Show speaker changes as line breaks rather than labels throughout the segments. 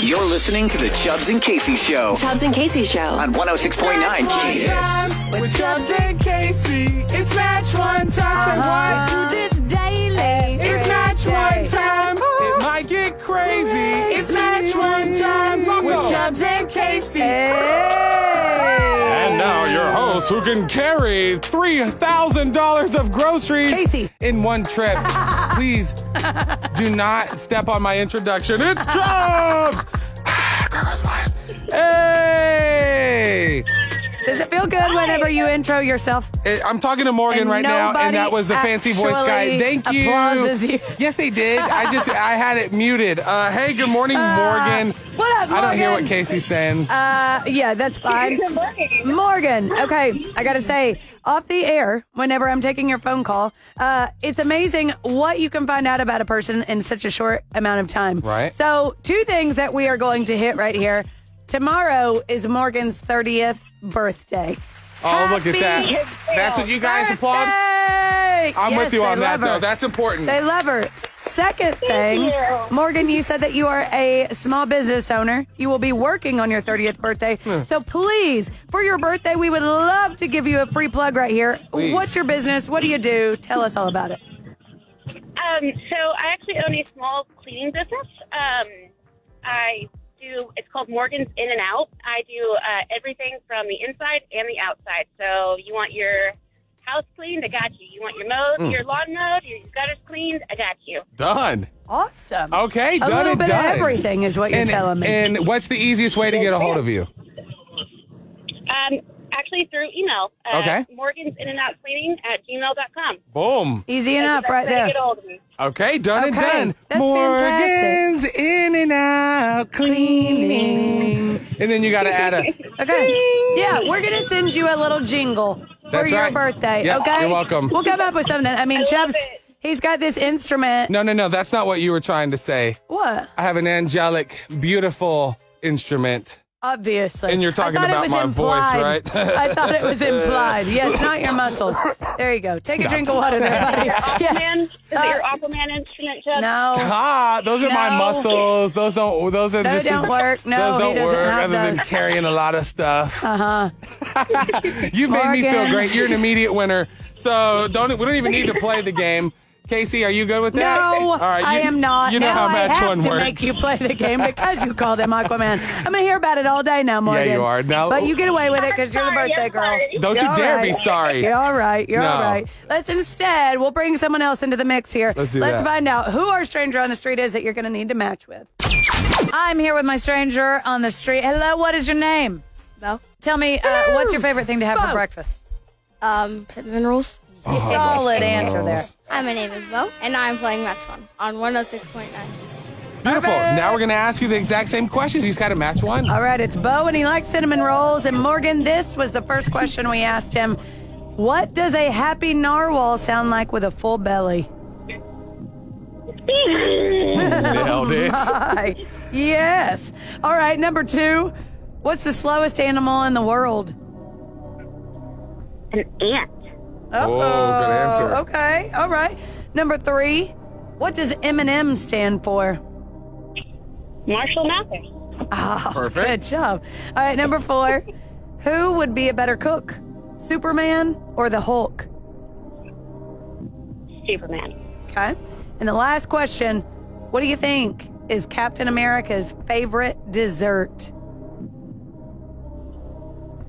You're listening to the Chubbs and Casey Show
Tubbs and Casey Show.
on 106.9 KS.
with Chubbs and Casey. It's match one time. It's match one time. It might get crazy. It's match one time with Chubbs and Casey. And now your host who can carry $3,000 of groceries
Casey.
in one trip. Please do not step on my introduction. It's Chubbs! Hey!
Does it feel good whenever you intro yourself?
Uh, I'm talking to Morgan
And
right now, and
nobody
that was the fancy voice guy.
actually
Thank you.
applauses you.
Yes, they did. I just I had it muted. Uh, hey, good morning, Morgan.
what up,
I don't hear what
Morgan?
Casey's saying.
Uh, yeah, that's fine. Morgan, okay, I gotta say, off the air, whenever I'm taking your phone call, uh, it's amazing what you can find out about a person in such a short amount of time.
Right.
So, two things that we are going to hit right here. Tomorrow is Morgan's 30th birthday.
oh, look at
happy
that. That's what you guys applaud.
Birthday!
I'm
Yes,
with you
they
on that
love her.
though. That's important.
They love her. Second thing, Morgan, you said that you are a small business owner. You will be working on your 30th birthday.
Hmm.
So please, for your birthday, we would love to give you a free plug right here.
Please.
What's your business? What do you do? Tell us all about it.
Um, so I actually own a small cleaning business. Um, I do. It's called Morgan's In and Out. I do uh, everything from the inside and the outside. So you want your house cleaned? I got you. You want your mowed, your lawn mowed, your gutters cleaned? I got you.
done.
Awesome.
Okay,
A
done
little
and
bit
done.
of everything is what you're
And,
telling me.
and what's the easiest way to get a hold of you?
Um, actually, through email. Uh,
Okay.
Morgan's In and Out Cleaning at gmail.com.
Boom.
Easy enough, right there.
Get a hold of me.
Okay, done and
Okay,
done.
that's
Morgan's
fantastic.
in and out cleaning. And then you got to add a
Okay. Yeah, we're gonna send you a little jingle
That's
for your
right.
birthday.
Yep,
okay.
you're welcome.
We'll come up with something. I mean, Chubbs,
it.
he's got this instrument.
No, no, no. That's not what you were trying to say.
What?
I have an angelic, beautiful instrument.
Obviously.
And you're
I
talking
thought it
about
was
my voice,
implied.
right?
I thought it was implied. Yes, not your muscles. There you go. Take a drink of water there, buddy.
Oh,
Yes.
Aquaman? Is it your Aquaman instrument, Jeff?
Uh, No.
Ah, those are my
No.
muscles. Those don't. Those are just.
Those don't work. No,
those
he
don't
doesn't
work.
have
other than
those. Uh-huh.
carrying a lot of stuff. Uh huh. you made me feel
Morgan.
great. You're an immediate winner. So don't. We don't even need to play the game. Casey, are you good with that?
No,
All right. You,
I am not.
You know how
now
match
I have
one
to
works.
make you play the game because you called him Aquaman. I'm gonna hear about it all day now, Morgan.
you are. No.
but you get away with it because you're the
Sorry,
birthday
I'm
girl.
sorry.
Don't you
You're all
dare
right.
be sorry.
You're all right. You're all
No.
right. Let's instead, we'll bring someone else into the mix here.
Let's do that.
find out who our stranger on the street is that you're going to need to match with. I'm here with my stranger on the street. Hello, what is your name?
Bell.
Tell me, uh, what's your favorite thing to have for
Bo.
breakfast?
Um, Tip Minerals.
Oh,
Solid answer there.
Hi, my name is Bo, and I'm playing Match Fun on 106.9.
Beautiful. Now we're gonna ask you the exact same questions. You just gotta match one.
All right, it's Bo, and he likes cinnamon rolls. And Morgan, this was the first question we asked him. What does a happy narwhal sound like with a full belly?
Nailed it.
Hi. yes. All right, number two. What's the slowest animal in the world?
An ant.
Uh-oh.
Oh, good answer.
Oh, Okay, all right. Number three. What does M&M stand for?
Marshall Mathers.
Perfect.
Good job. All right, number four. Who would be a better cook, Superman or the Hulk?
Superman.
Okay. And the last question What do you think is Captain America's favorite dessert?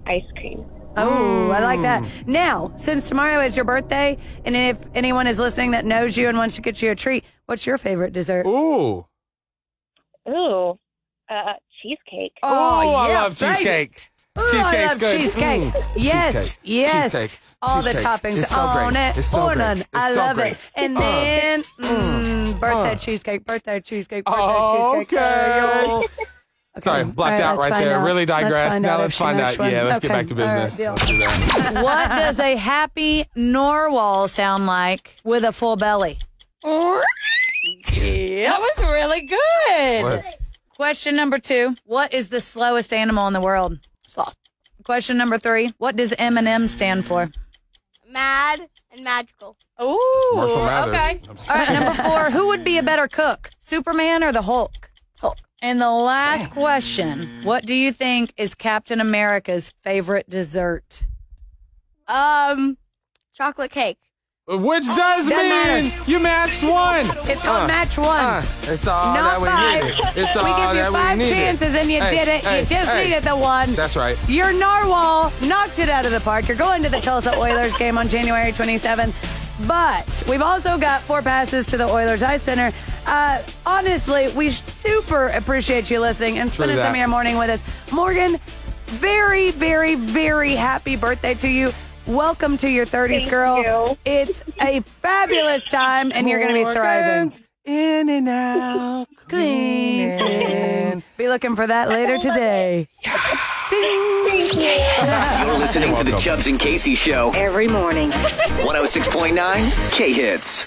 Ice cream.
Oh, I like
Hmm.
that. Now, since tomorrow is your birthday, and if anyone is listening that knows you and wants to get you a treat, what's your favorite dessert?
Ooh.
Ooh, uh, cheesecake.
Ooh,
Oh,
I
yeah,
love
baby.
cheesecake. Mm.
Ooh, Oh, I love cheesecake. Yes,
Cheesecake.
yes.
Cheesecake.
All the
Cheesecake.
toppings
It's so
on
great.
it.
It's so
on
great.
it.
It's
I
so
love
great.
it. And
Uh.
then, mm, birthday cheesecake, birthday cheesecake, Oh, birthday cheesecake.
Oh, Okay.
girl.
Sorry, blacked
All right,
out
let's
right
find
there.
out.
Really
Let's
digressed.
find
now
out
let's
if she
find out.
matched one.
Yeah, let's get
Okay.
back to
All right,
business.
deal.
let's do that.
What does a happy narwhal sound like with a full belly? That was really good.
Let's-
Question number two: What is the slowest animal in the world?
Sloth.
Question number three: What does M and M stand for?
Mad and magical.
Ooh,
Marshall Mathers.
okay. All right, number four: Who would be a better cook, Superman or the Hulk?
Hulk.
And the last question What do you think is Captain America's favorite dessert?
Um, chocolate cake.
Which does
Oh, Doesn't matter.
mean you matched one.
It's called match one.
Uh, it's all
Not
that we
five.
needed. It's all
we give
that
you five
we needed.
chances and you
Hey,
did it.
hey,
you just
hey.
needed the one.
That's right.
Your narwhal knocked it out of the park. You're going to the Tulsa Oilers game on January 27th. But we've also got four passes to the Oilers Ice Center. Uh, honestly, we super appreciate you listening and spending some of
that.
your morning with us. Morgan, very, very, very happy birthday to you. Welcome to your 30s,
Thank
girl.
you.
It's a fabulous time, and you're going to be thriving.
Organs In and out.
Clean.
Clean.
Be looking for that later today.
You're listening to the Chubbs and Casey Show.
Every morning.
106.9 K Hits.